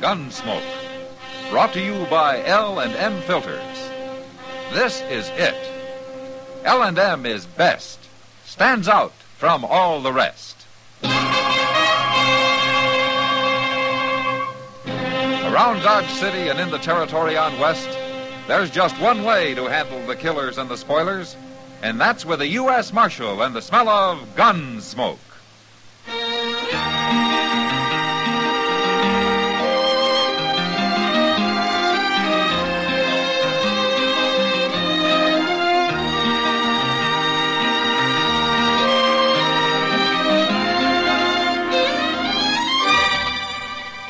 Gunsmoke, brought to you by L&M Filters. This is it. L&M is best, stands out from all the rest. Around Dodge City and in the territory on West, there's just one way to handle the killers and the spoilers, and that's with a U.S. Marshal and the smell of gun smoke.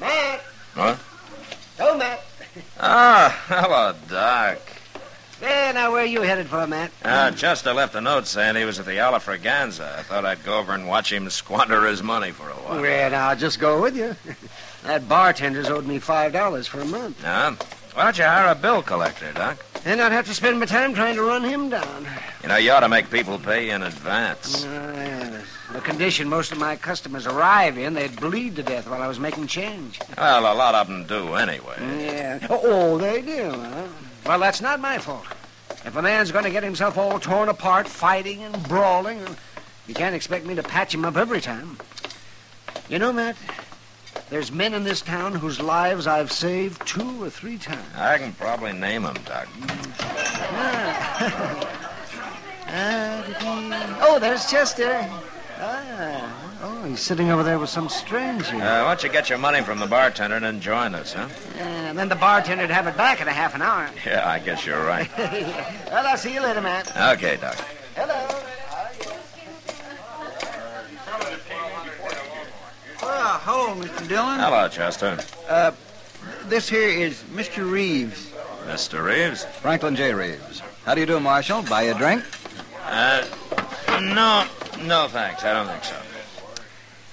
Matt! Huh? Oh, Matt. Ah, hello, Doc. There, now where are you headed for, Matt? Uh, Chester left a note saying he was at the Ala Fraganza. I thought I'd go over and watch him squander his money for a while. Well, now, I'll just go with you. that bartender's owed me five dollars for a month. Huh? Why don't you hire a bill collector, Doc? Then I'd have to spend my time trying to run him down. You know, you ought to make people pay in advance. Uh, the condition most of my customers arrive in, they'd bleed to death while I was making change. Well, a lot of them do anyway. Yeah. Oh, they do, huh? Well, that's not my fault. If a man's going to get himself all torn apart fighting and brawling, you can't expect me to patch him up every time. You know, Matt, there's men in this town whose lives I've saved two or three times. I can probably name them, Doc. Ah. Oh, there's Chester. Ah. Oh, he's sitting over there with some stranger. Uh, why don't you get your money from the bartender and then join us, huh? and then the bartender'd have it back in a half an hour. Yeah, I guess you're right. well, I'll see you later, Matt. Okay, Doc. Hello. Ah, hello, Mr. Dillon. Hello, Chester. This here is Mr. Reeves. Mr. Reeves? Franklin J. Reeves. How do you do, Marshal? Buy you a drink? Uh, no, no thanks. I don't think so.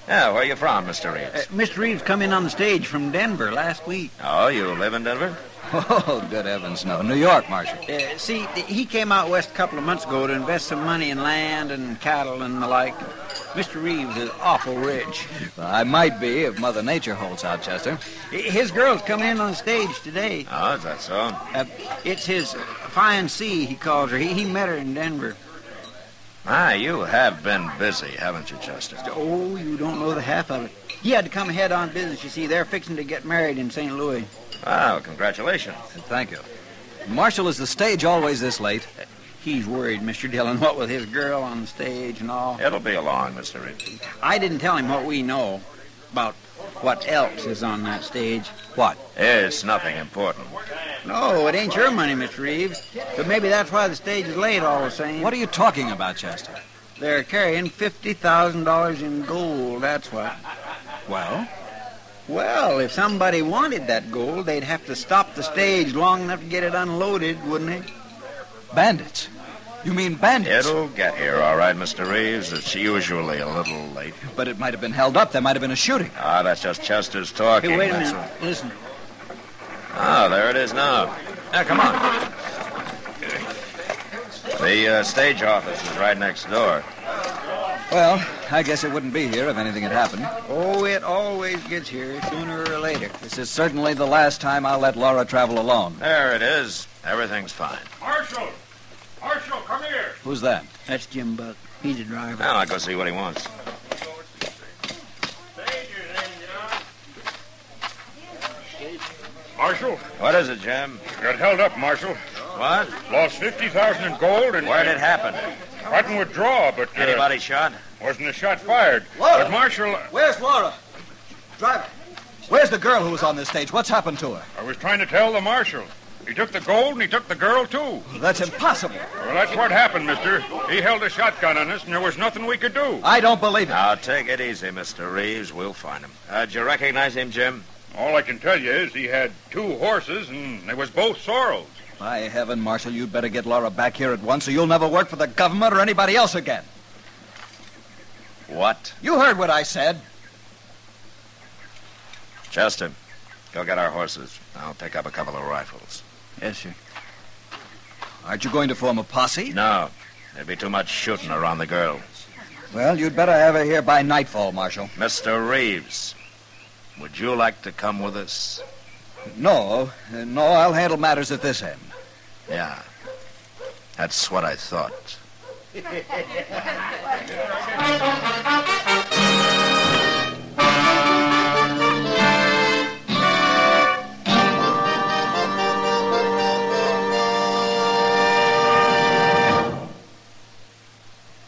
Yeah, where you from, Mr. Uh, Reeves? Mr. Reeves come in on the stage from Denver last week. Oh, you live in Denver? Oh, good heavens, no. New York, Marshal. Uh, see, th- he came out west a couple of months ago to invest some money in land and cattle and the like. Mr. Reeves is awful rich. Well, I might be if Mother Nature holds out, Chester. Hi- His girl's coming in on the stage today. Oh, is that so? Uh, it's his fiancée, he calls her. He, he met her in Denver. Ah, you have been busy, haven't you, Chester? Oh, you don't know the half of it. He had to come ahead on business, you see. They're fixing to get married in St. Louis. Wow, congratulations. Thank you. Marshal, is the stage always this late? He's worried, Mr. Dillon, what with his girl on the stage and all. It'll be along, Mr. Reeves. I didn't tell him what we know about what else is on that stage. What? It's nothing important. No, it ain't your money, Mr. Reeves. But maybe that's why the stage is late all the same. What are you talking about, Chester? They're carrying $50,000 in gold, that's what. Well? Well, if somebody wanted that gold, they'd have to stop the stage long enough to get it unloaded, wouldn't they? Bandits. You mean bandits? It'll get here, all right, Mr. Reeves. It's usually a little late. But it might have been held up. There might have been a shooting. Ah, that's just Chester's talking. Hey, wait a that's minute. Listen. Ah, all. Oh, there it is now. Yeah, come on. The uh, stage office is right next door. Well, I guess it wouldn't be here if anything had happened. Oh, it always gets here sooner or later. This is certainly the last time I'll let Laura travel alone. There it is. Everything's fine. Marshal! Marshal, come here! Who's that? That's Jim Buck. He's a driver. Now I'll go see what he wants. Marshal? What is it, Jim? Got held up, Marshal. What? Lost 50000 in gold and... Where'd it happen? Martin withdraw, but uh, Anybody shot? wasn't a shot fired. Laura! But Marshal, Where's Laura? Driver. Where's the girl who was on this stage? What's happened to her? I was trying to tell the marshal. He took the gold and he took the girl too. That's impossible. Well, that's what happened, mister. He held a shotgun on us, and there was nothing we could do. I don't believe it. Now, take it easy, Mr. Reeves. We'll find him. Uh, do you recognize him, Jim? All I can tell you is he had two horses, and they was both sorrels. By heaven, Marshal, you'd better get Laura back here at once or you'll never work for the government or anybody else again. What? You heard what I said. Chester, go get our horses. I'll pick up a couple of rifles. Yes, sir. Aren't you going to form a posse? No, there'd be too much shooting around the girl. Well, you'd better have her here by nightfall, Marshal. Mr. Reeves, would you like to come with us? No, uh, no, I'll handle matters at this end. Yeah. That's what I thought.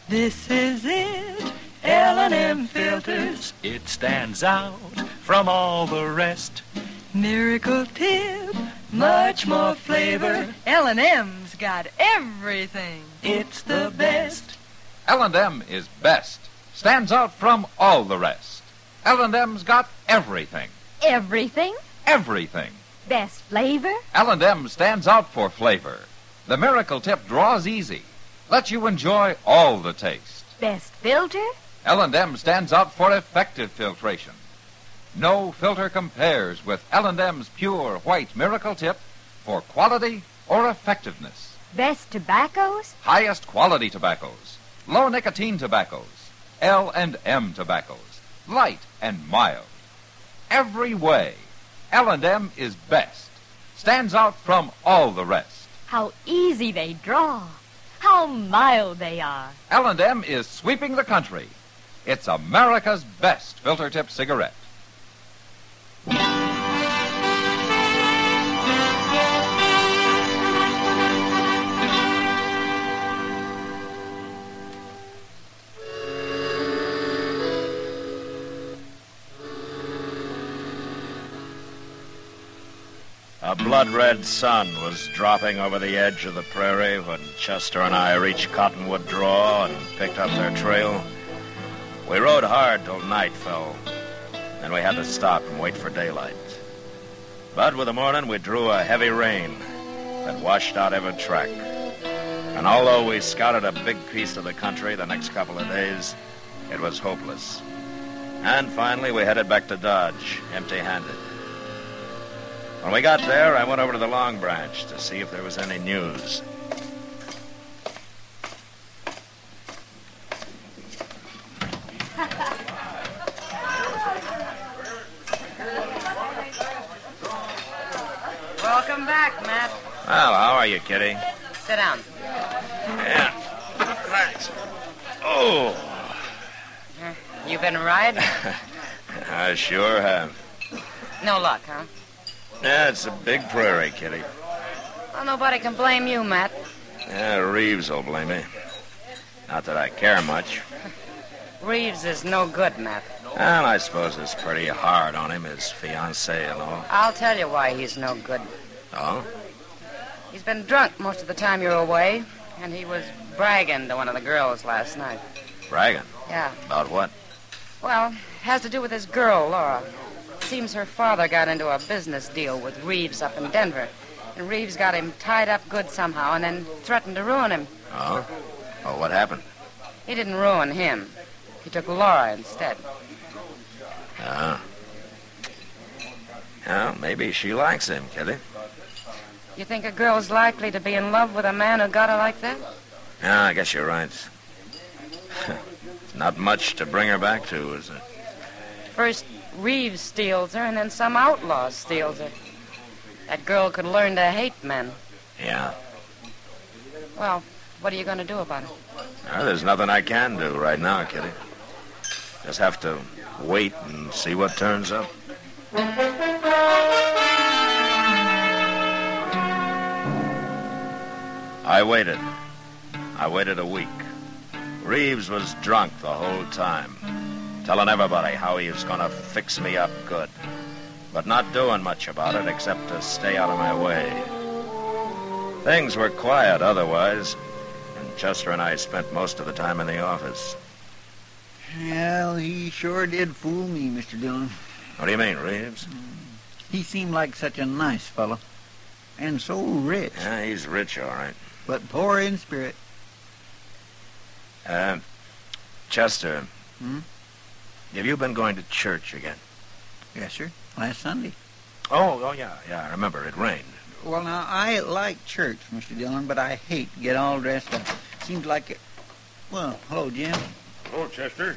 This is it, L&M Filters. It stands out from all the rest. Miracle tip, much more flavor. L&M's got everything. It's the best. L&M is best. Stands out from all the rest. L&M's got everything. Everything. Everything. Best flavor. L&M stands out for flavor. The miracle tip draws easy. Lets you enjoy all the taste. Best filter. L&M stands out for effective filtration. No filter compares with L&M's pure white miracle tip for quality or effectiveness. Best tobaccos. Highest quality tobaccos, low nicotine tobaccos, L and M tobaccos, light and mild. Every way, L and M is best. Stands out from all the rest. How easy they draw. How mild they are. L and M is sweeping the country. It's America's best filter tip cigarette. A blood red sun was dropping over the edge of the prairie when Chester and I reached Cottonwood Draw and picked up their trail. We rode hard till night fell. Then we had to stop and wait for daylight. But with the morning, we drew a heavy rain that washed out every track. And although we scouted a big piece of the country the next couple of days, it was hopeless. And finally, we headed back to Dodge, empty handed. When we got there, I went over to the Long Branch to see if there was any news. Welcome back, Matt. Well, how are you, Kitty? Sit down. Yeah. Thanks. Oh, You been a ride? I sure have. No luck, huh? Yeah, it's a big prairie, Kitty. Well, nobody can blame you, Matt. Yeah, Reeves will blame me. Not that I care much. Reeves is no good, Matt. Well, I suppose it's pretty hard on him, his fiancée and all. I'll tell you why he's no good. Oh? He's been drunk most of the time you're away, and he was bragging to one of the girls last night. Bragging. Yeah. About what? Well, has to do with his girl, Laura. Seems her father got into a business deal with Reeves up in Denver. And Reeves got him tied up good somehow and then threatened to ruin him. Oh? Oh, what happened? He didn't ruin him. He took Laura instead. Ah. Well, maybe she likes him, Kitty. You think a girl's likely to be in love with a man who got her like that? Yeah, I guess you're right. Not much to bring her back to, is it? First Reeves steals her, and then some outlaw steals her. That girl could learn to hate men. Yeah. Well, what are you going to do about it? Well, there's nothing I can do right now, Kitty. Just have to wait and see what turns up. I waited. I waited a week. Reeves was drunk the whole time, telling everybody how he was going to fix me up good, but not doing much about it except to stay out of my way. Things were quiet otherwise, and Chester and I spent most of the time in the office. Well, he sure did fool me, Mr. Dillon. What do you mean, Reeves? He seemed like such a nice fellow. And so rich. Yeah, he's rich, all right. But poor in spirit. Uh, Chester. Hmm? Have you been going to church again? Yes, sir. Last Sunday. Oh, oh yeah, yeah, I remember. It rained. Well, now, I like church, Mr. Dillon, but I hate to get all dressed up. Seems like it... Well, hello, Jim. Hello, Chester.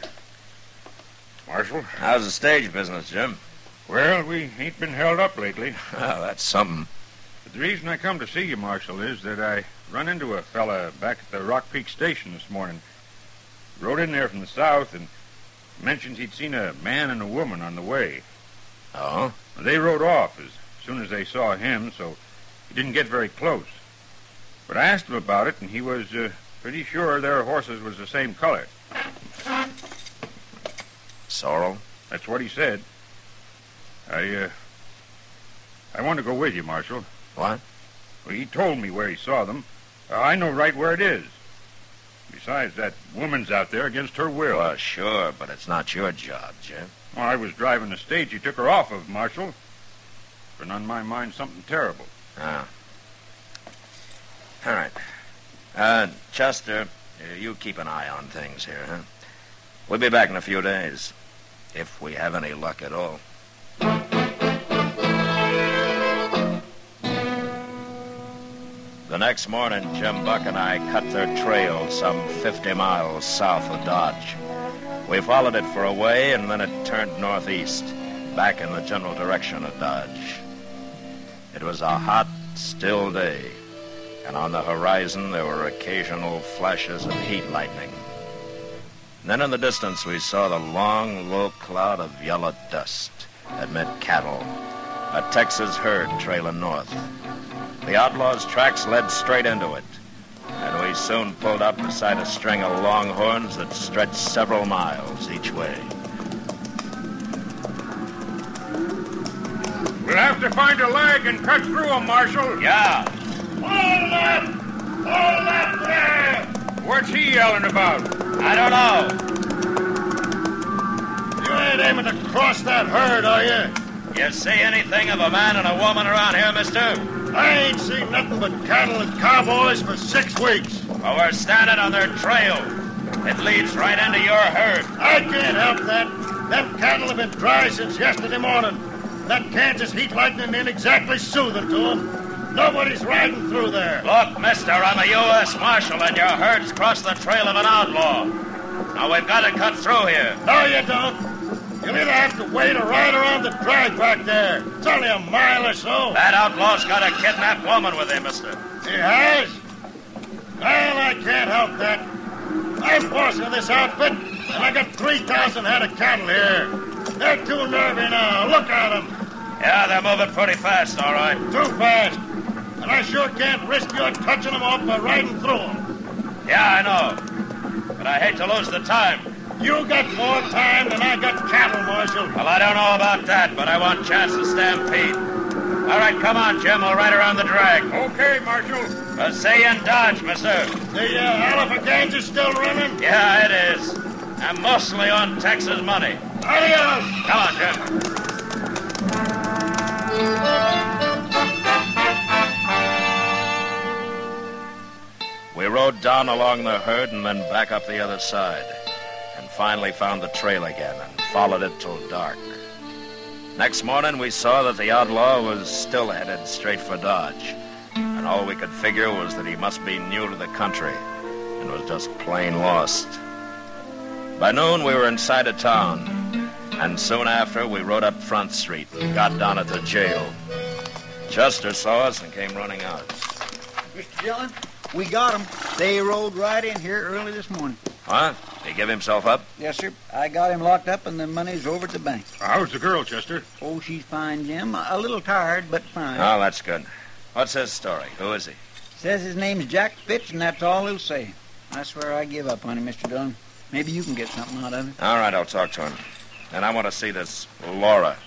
Marshal? How's the stage business, Jim? Well, we ain't been held up lately. Oh, that's something. But the reason I come to see you, Marshal, is that I run into a fella back at the Rock Creek Station this morning. Rode in there from the south and mentioned he'd seen a man and a woman on the way. Oh? They rode off as soon as they saw him, so he didn't get very close. But I asked him about it, and he was uh, pretty sure their horses was the same color. Sorrel? That's what he said. I, uh, I want to go with you, Marshal. What? Well, he told me where he saw them. Uh, I know right where it is. Besides, that woman's out there against her will. Well, sure, but it's not your job, Jim. Well, I was driving the stage you took her off of, Marshal. Been on my mind something terrible. Ah. All right. Uh, Chester, uh, you keep an eye on things here, huh? We'll be back in a few days, if we have any luck at all. The next morning, Jim Buck and I cut their trail some 50 miles south of Dodge. We followed it for a way, and then it turned northeast, back in the general direction of Dodge. It was a hot, still day, and on the horizon there were occasional flashes of heat lightning. Then in the distance we saw the long, low cloud of yellow dust that meant cattle, a Texas herd trailing north. The outlaw's tracks led straight into it, and we soon pulled up beside a string of longhorns that stretched several miles each way. We'll have to find a leg and cut through 'em, Marshal. Yeah. Hold up! Hold up there! What's he yelling about? I don't know. You ain't aiming to cross that herd, are you? You see anything of a man and a woman around here, mister? I ain't seen nothing but cattle and cowboys for six weeks. Well, we're standing on their trail. It leads right into your herd. I can't help that. Them cattle have been dry since yesterday morning. That Kansas heat lightning ain't exactly soothing to them. Nobody's riding through there. Look, mister, I'm a U.S. Marshal, and your herd's crossed the trail of an outlaw. Now, we've got to cut through here. No, you don't. You'll either have to wait or ride around the drag back there. It's only a mile or so. That outlaw's got a kidnapped woman with him, mister. He has? Well, I can't help that. I'm boss of this outfit, and I got 3,000 head of cattle here. They're too nervy now. Look at them. Yeah, they're moving pretty fast, all right. Too fast. And I sure can't risk your touching them off by riding through them. Yeah, I know. But I hate to lose the time. You got more time than I got cattle, Marshal. Well, I don't know about that, but I want chance to stampede. All right, come on, Jim. We'll ride around the drag. Okay, Marshal. I'll see you in Dodge, mister. The uh, Alpha is still running? Yeah, it is. I'm mostly on Texas money. Adios. Come on, Jim. We rode down along the herd and then back up the other side finally found the trail again and followed it till dark. Next morning, we saw that the outlaw was still headed straight for Dodge, and all we could figure was that he must be new to the country and was just plain lost. By noon, we were inside of town, and soon after, we rode up Front Street and got down at the jail. Chester saw us and came running out. Mr. Dillon, we got 'em. They rode right in here early this morning. Huh? He give himself up? Yes, sir. I got him locked up, and the money's over at the bank. How's the girl, Chester? Oh, she's fine, Jim. A little tired, but fine. Oh, that's good. What's his story? Who is he? Says his name's Jack Fitch, and that's all he'll say. I swear I give up on him, Mr. Dillon. Maybe you can get something out of it. All right, I'll talk to him. And I want to see this Laura.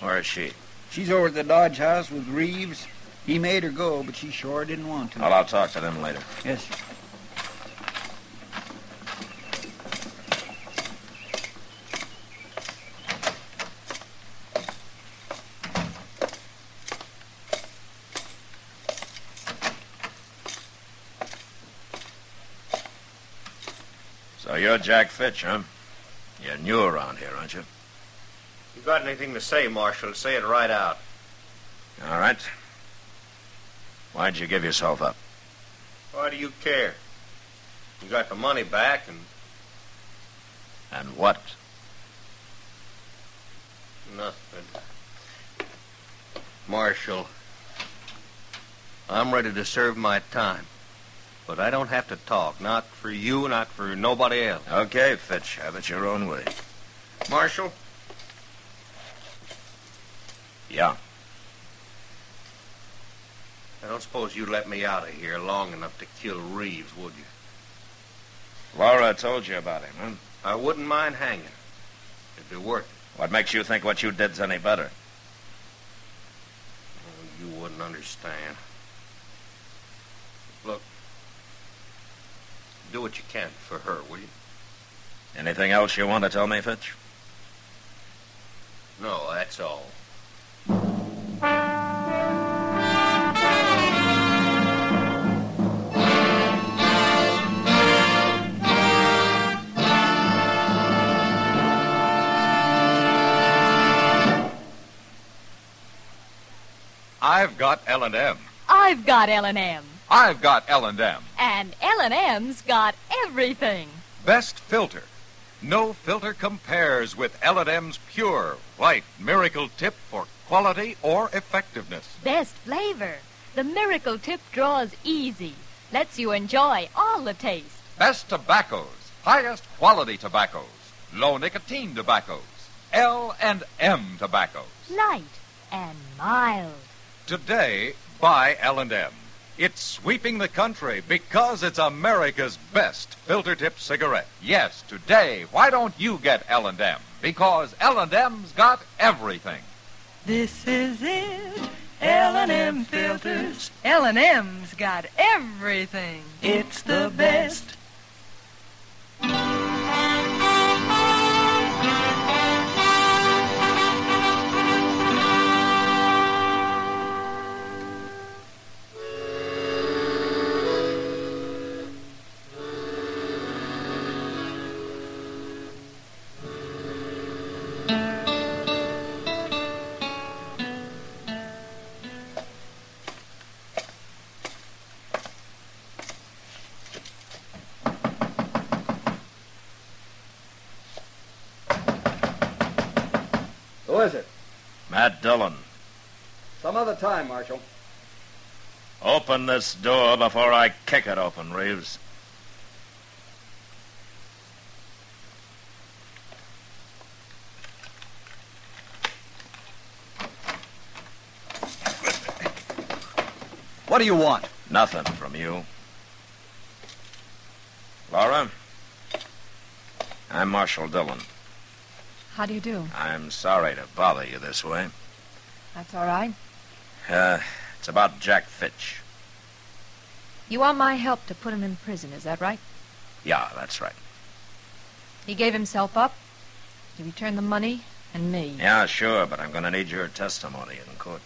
Where is she? She's over at the Dodge house with Reeves. He made her go, but she sure didn't want to. Well, I'll talk to them later. Yes, sir. So you're Jack Fitch, huh? You're new around here, aren't you? You got anything to say, Marshal? Say it right out. All right. Why'd you give yourself up? Why do you care? You got the money back and And what? nothing. Marshal, I'm ready to serve my time. But I don't have to talk. Not for you, not for nobody else. Okay, Fitch, have it your own way. Marshal, Yeah. I don't suppose you let me out of here long enough to kill Reeves, would you? Laura told you about him, huh? I wouldn't mind hanging. It'd be worth it. What makes you think what you did's any better? Oh, You wouldn't understand. Look, do what you can for her, will you? Anything else you want to tell me, Fitch? No, that's all. I've got L&M. I've got L&M. I've got L&M. And L&M's got everything. Best filter. No filter compares with L&M's pure white miracle tip for quality or effectiveness. Best flavor. The Miracle Tip draws easy. Lets you enjoy all the taste. Best tobaccos, highest quality tobaccos, low nicotine tobaccos, L and M tobaccos. Light and mild. Today, buy L and M. It's sweeping the country because it's America's best filter tip cigarette. Yes, today, why don't you get L and M? Because L and M's got everything. This is it. L&M filters. L&M's got everything. It's the best. Who is it? Matt Dillon, Some other time, Marshal. open this door before I kick it open, Reeves. What do you want? Nothing from you. Laura, I'm Marshal Dillon. How do you do? I'm sorry to bother you this way. That's all right. Uh, it's about Jack Fitch. You want my help to put him in prison, is that right? Yeah, that's right. He gave himself up. He returned the money and me. Yeah, sure, but I'm going to need your testimony in court.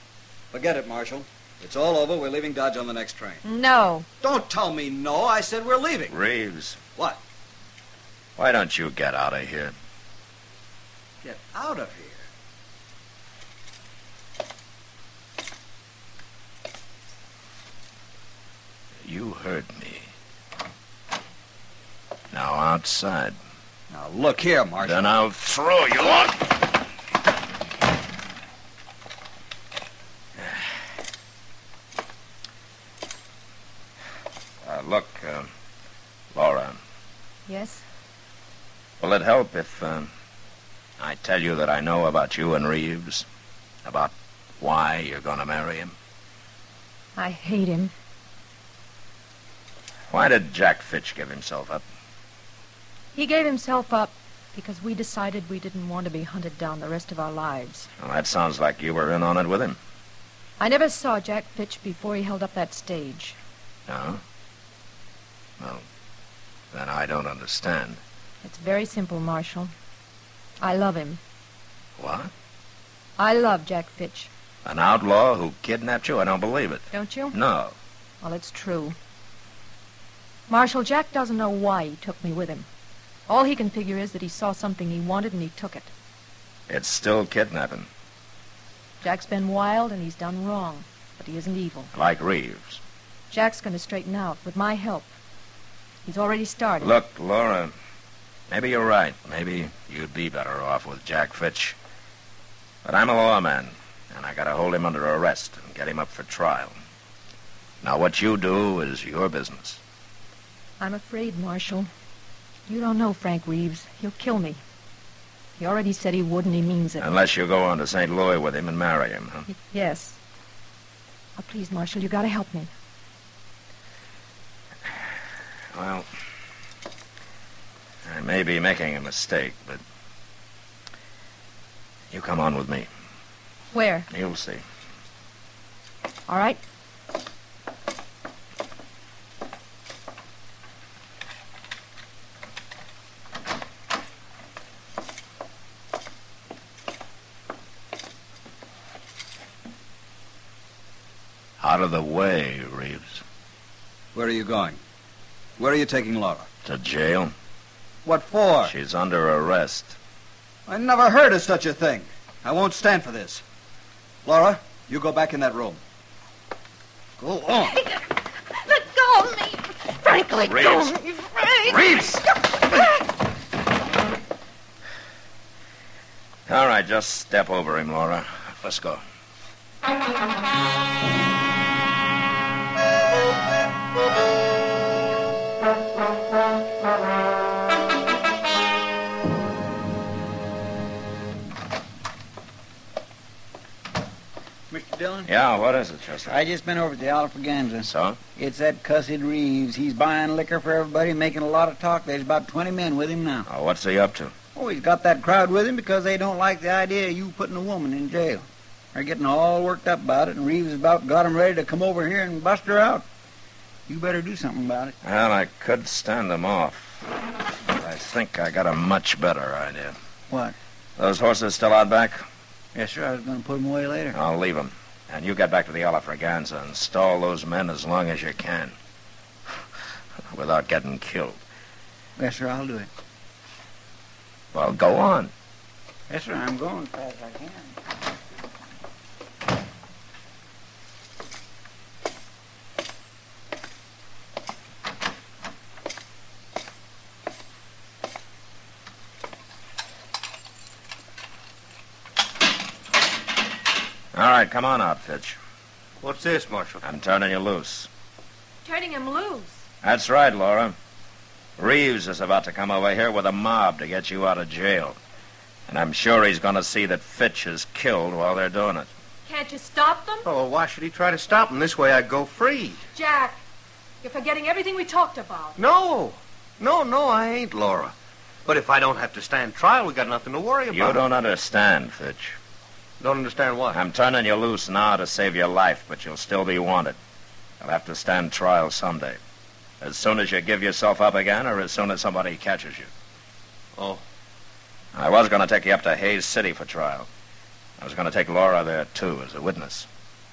Forget it, Marshal. It's all over. We're leaving Dodge on the next train. No. Don't tell me no. I said we're leaving. Reeves, What? why don't you get out of here? Get out of here. You heard me. Now outside. Now look here, Marshal. Then I'll throw you out. Uh, look, uh, Laura, Yes? will it help if uh, I tell you that I know about you and Reeves? About why you're going to marry him? I hate him. Why did Jack Fitch give himself up? He gave himself up because we decided we didn't want to be hunted down the rest of our lives. Well, that sounds like you were in on it with him. I never saw Jack Fitch before he held up that stage. No? Well, then I don't understand. It's very simple, Marshal. I love him. What? I love Jack Fitch, An outlaw who kidnapped you? I don't believe it. don't you? No. Well, it's true. Marshal, Jack doesn't know why he took me with him. All he can figure is that he saw something he wanted and he took it. It's still kidnapping, Jack's been wild and he's done wrong, but he isn't evil. like Reeves. Jack's going to straighten out with my help. He's already started. Look, Laura, maybe you're right. Maybe you'd be better off with Jack Fitch. But I'm a lawman, and I gotta hold him under arrest and get him up for trial. Now, what you do is your business. I'm afraid, Marshal. You don't know Frank Reeves. He'll kill me. He already said he would, and he means it. Unless you go on to St. Louis with him and marry him, huh? Yes. Oh, please, Marshal, you got to help me. Well, I may be making a mistake, but you come on with me. Where? You'll see. All right. Out of the way, Reeves. Where are you going? Where are you taking Laura? To jail. What for? She's under arrest. I never heard of such a thing. I won't stand for this. Laura, you go back in that room. Go on. Let go of me. Frank, let go Reeves. of me, Frank. Reeves. All right, just step over him, Laura. Let's go. Mr. Dillon? Yeah, what is it, Chester? I just been over to the Alfaganza. So? It's that cussed Reeves. He's buying liquor for everybody, making a lot of talk. There's about 20 men with him now. Oh, what's he up to? Oh, he's got that crowd with him because they don't like the idea of you putting a woman in jail. They're getting all worked up about it, and Reeves about got 'em ready to come over here and bust her out. You better do something about it. Well, I could stand him off. But I think I got a much better idea. What? Those horses still out back? Yes, sir. I was going to put him away later. I'll leave them. And you get back to the Alafraganza and stall those men as long as you can. Without getting killed. Yes, sir. I'll do it. Well, go on. Yes, sir. I'm going as fast as I can. All right, come on out, Fitch. What's this, Marshal? I'm turning you loose. Turning him loose. That's right, Laura. Reeves is about to come over here with a mob to get you out of jail. And I'm sure he's going to see that Fitch is killed while they're doing it. Can't you stop them? Oh, why should he try to stop him? This way I'd go free. Jack, you're forgetting everything we talked about. No. No, no, I ain't, Laura. But if I don't have to stand trial, we got nothing to worry about. You don't understand, Fitch. Don't understand what? I'm turning you loose now to save your life, but you'll still be wanted. You'll have to stand trial someday. As soon as you give yourself up again, or as soon as somebody catches you. Oh. I was going to take you up to Hayes City for trial. I was going to take Laura there, too, as a witness.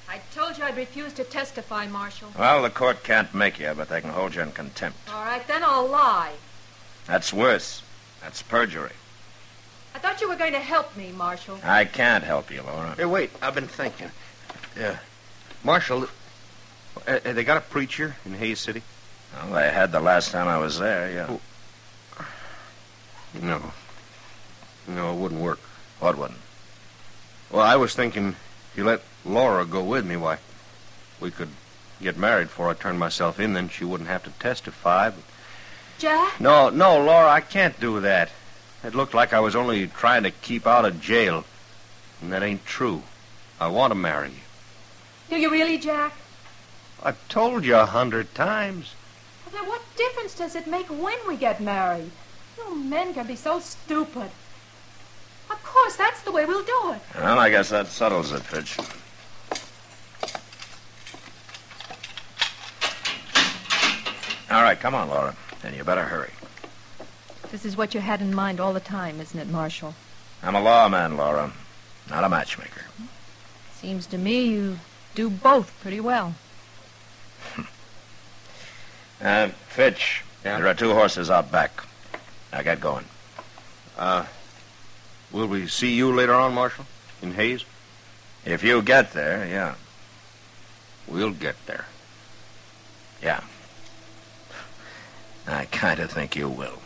I told you I'd refuse to testify, Marshal. Well, the court can't make you, but they can hold you in contempt. All right, then I'll lie. That's worse. That's perjury. I thought you were going to help me, Marshal. I can't help you, Laura. Hey, wait. I've been thinking. Yeah. Marshal, uh, uh, they got a preacher in Hayes City? Well, they had the last time I was there, yeah. Oh. No. No, it wouldn't work. What wouldn't? Well, I was thinking if you let Laura go with me, why, we could get married before I turned myself in. Then she wouldn't have to testify. But... Jack? No, no, Laura, I can't do that. It looked like I was only trying to keep out of jail. And that ain't true. I want to marry you. Do you really, Jack? I've told you a hundred times. Then what difference does it make when we get married? You men can be so stupid. Of course, that's the way we'll do it. Well, I guess that settles it, Pitch. All right, come on, Laura. And you better hurry. This is what you had in mind all the time, isn't it, Marshal? I'm a lawman, Laura, not a matchmaker. Seems to me you do both pretty well. Uh, Fitch, there are two horses out back. Now get going. Uh, will we see you later on, Marshal? In Hayes? If you get there, yeah. We'll get there. Yeah. I kind of think you will.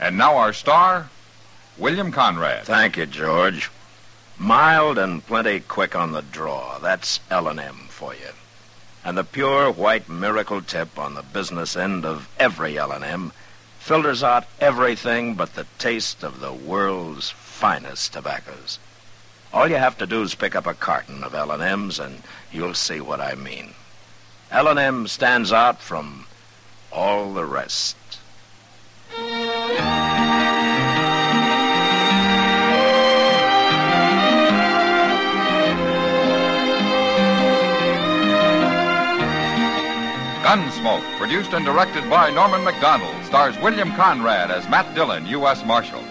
And now our star, William Conrad. Thank you, George. Mild and plenty quick on the draw. That's L&M for you. And the pure white miracle tip on the business end of every L&M filters out everything but the taste of the world's finest tobaccos. All you have to do is pick up a carton of L&Ms and you'll see what I mean. L&M stands out from all the rest. Gunsmoke, produced and directed by Norman McDonald, stars William Conrad as Matt Dillon, U.S. Marshal.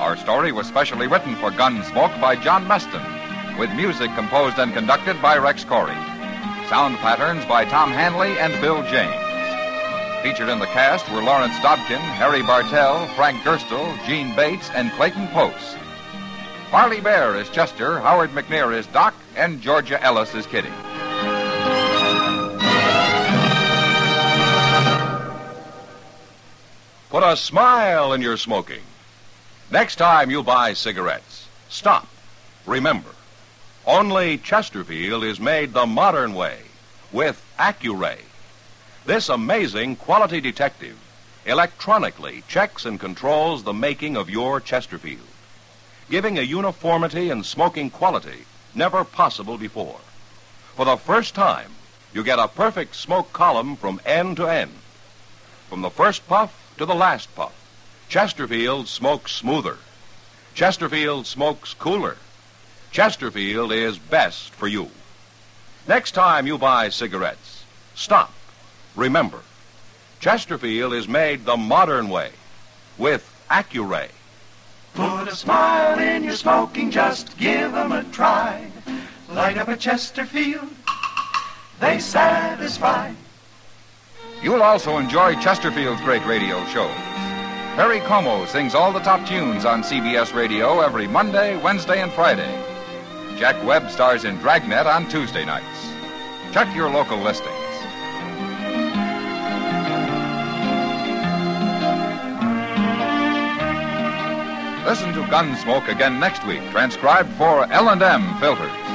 Our story was specially written for Gunsmoke by John Meston, with music composed and conducted by Rex Corey. Sound patterns by Tom Hanley and Bill James. Featured in the cast were Lawrence Dobkin, Harry Bartell, Frank Gerstel, Gene Bates, and Clayton Post. Farley Bear is Chester, Howard McNair is Doc, and Georgia Ellis is Kitty. Put a smile in your smoking. Next time you buy cigarettes, stop. Remember, only Chesterfield is made the modern way with Accuray. This amazing quality detective electronically checks and controls the making of your Chesterfield, giving a uniformity in smoking quality never possible before. For the first time, you get a perfect smoke column from end to end. From the first puff to the last puff. Chesterfield smokes smoother. Chesterfield smokes cooler. Chesterfield is best for you. Next time you buy cigarettes, stop. Remember, Chesterfield is made the modern way with Accuray. Put a smile in your smoking, just give 'em a try. Light up a Chesterfield, they satisfy. You'll also enjoy Chesterfield's great radio shows. Harry Como sings all the top tunes on CBS Radio every Monday, Wednesday, and Friday. Jack Webb stars in Dragnet on Tuesday nights. Check your local listings. Listen to Gunsmoke again next week, transcribed for L&M Filters.